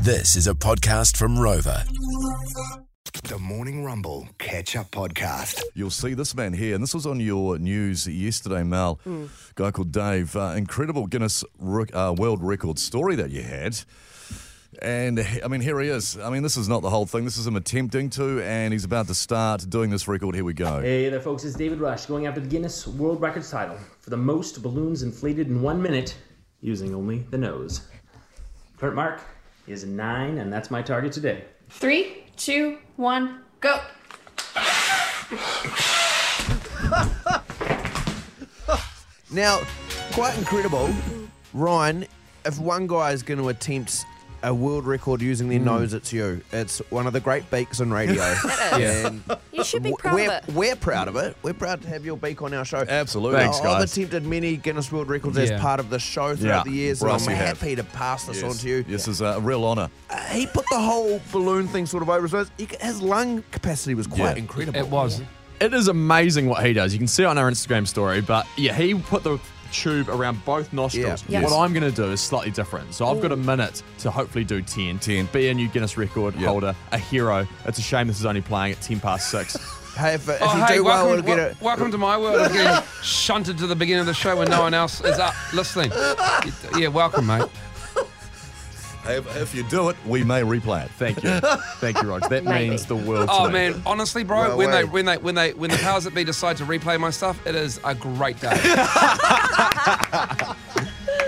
This is a podcast from Rover. The Morning Rumble Catch Up Podcast. You'll see this man here, and this was on your news yesterday, Mal. guy called Dave. Uh, incredible Guinness rec- uh, World Record story that you had. And he- I mean, here he is. I mean, this is not the whole thing. This is him attempting to, and he's about to start doing this record. Here we go. Hey there, folks. It's David Rush going after the Guinness World Records title for the most balloons inflated in one minute using only the nose. Current mark is nine, and that's my target today. Three, two, one, go. Now, quite incredible, Ryan. If one guy is going to attempt a world record using their nose, it's you. It's one of the great beaks in radio. it is. And You should be w- proud Uh, we're, of it. we're proud of it. We're proud to have your beak on our show. Absolutely. Now, Thanks, I've guys. attempted many Guinness World Records as Yeah. part of the show throughout Yeah, the years, Bryce, and I'm you have. happy to pass this on Yes. to you. This is a real honour. Uh, he put the whole balloon thing sort of over his nose. He, c- his lung capacity was quite Yeah. incredible. It was. It is amazing what he does. You can see it on our Instagram story, but yeah, he put the tube around both nostrils. Yeah. What I'm going to do is slightly different. So I've got a minute to hopefully do 10. 10. Be a new Guinness record Yeah. holder, a hero. It's a shame this is only playing at 10 past 6. Hey, if, if Oh, you hey, do well, welcome, we'll get wel- it. welcome to my world. I'm getting shunted to the beginning of the show when no one else is up listening. Yeah, welcome, mate. If, if you do it, we may replay it. Thank you. Thank you, Rog. That Maybe. means the world to Oh me. man, honestly, bro, Well, when they wait. when they when they when the powers that be decide to replay my stuff, it is a great day.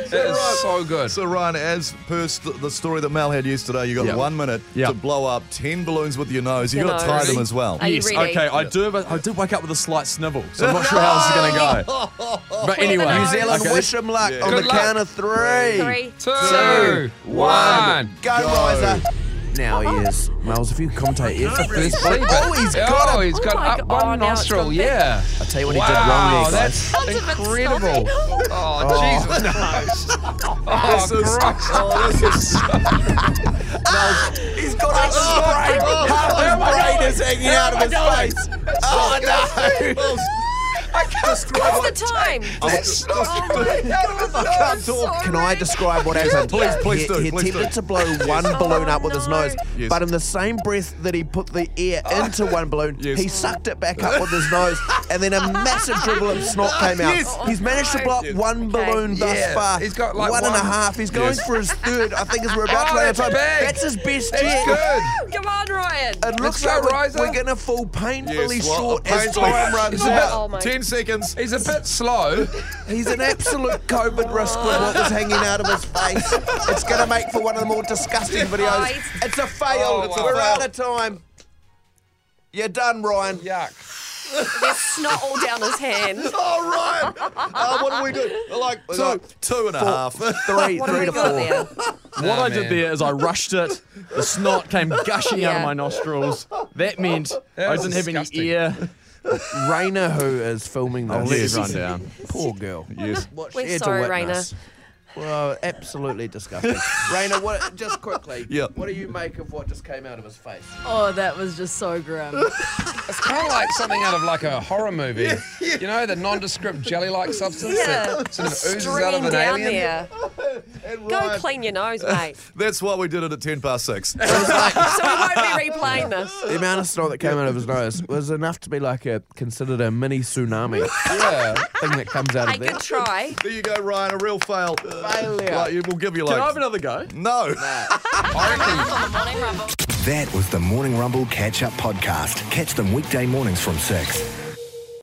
it is so good. So, Ryan, as per st- the story that Mal had yesterday, you got Yeah. one minute Yeah. to blow up 10 balloons with your nose. you Your got to tie nose. them as well. Are you yes, ready? okay. I do have a, I do wake up with a slight snivel, so I'm not sure how this is going to go. But anyway, New Zealand, Okay. wish him luck Yeah. on Good the luck. count of three. Three. Two, Two, one. Go, Riser. Now he is. Miles, if you commentate, it's the first play. Oh, he's got Oh, him. he's got my up God. one Oh, now it's nostril. gone back. Yeah. I tell you what he did wrong Wow, there, guys. that's a bit incredible. snotty. Oh, Jesus Christ. Oh, Christ. Oh, this is He's got a Oh, spray. Half his brain is hanging out of his face. Oh, no. What's the time? Oh, That's not- I can't talk. Can I describe what happened? Please, please he, do, He please do. attempted to blow one balloon up with his no. nose, Yes. but in the same breath that he put the air into one balloon, Yes. he sucked it back up with his nose, and then a massive dribble of snot came out. Yes. He's managed to blow up Yes. one balloon thus Yeah. far. He's got like and a one. half. He's going Yes. for his third. I think as we're about Oh, to run out of that's time. big. That's his best That's yet. good. Oh, Come on, Ryan. It looks go, like we're, Riser. we're going to fall painfully Yes, well, short as painfully- time runs It's out. about Oh, my- 10 seconds. He's a bit slow. He's an absolute COVID risk with what was hanging out of his face. It's going to make for one of the more disgusting videos. Guys. It's a fail. Oh, It's a We're fail. out of time. You're done, Ryan. Yuck. There's snot all down his hand. Oh, Ryan! Uh, what do we do? Like two, got two and a half. Three, What have three we to got four. there? What Oh, I man. did there is I rushed it. The snot came gushing out Yeah. of my nostrils. That meant That I was didn't have disgusting. any air. Raina, who is filming I'll let this, you run down. poor girl. Yes. What We're she had to sorry, witness. Well, absolutely disgusting. Raina, what, just quickly, Yep. what do you make of what just came out of his face? Oh, that was just so grim. It's kind of like something out of like a horror movie. You know, the nondescript jelly-like substance Yeah. that sort of oozes out Stream of an down alien. there. Go clean your nose, mate. That's what we did it at 10 past 6. so we won't be replaying this. The amount of snot that came out of his nose was enough to be like a considered a mini tsunami Yeah. thing that comes out Hey, of there. good try. there you go, Ryan. A real fail. Failure. Like, you- we'll give you like. Can I have another go? no. That was the Morning Rumble Catch Up Podcast. Catch them weekday mornings from 6.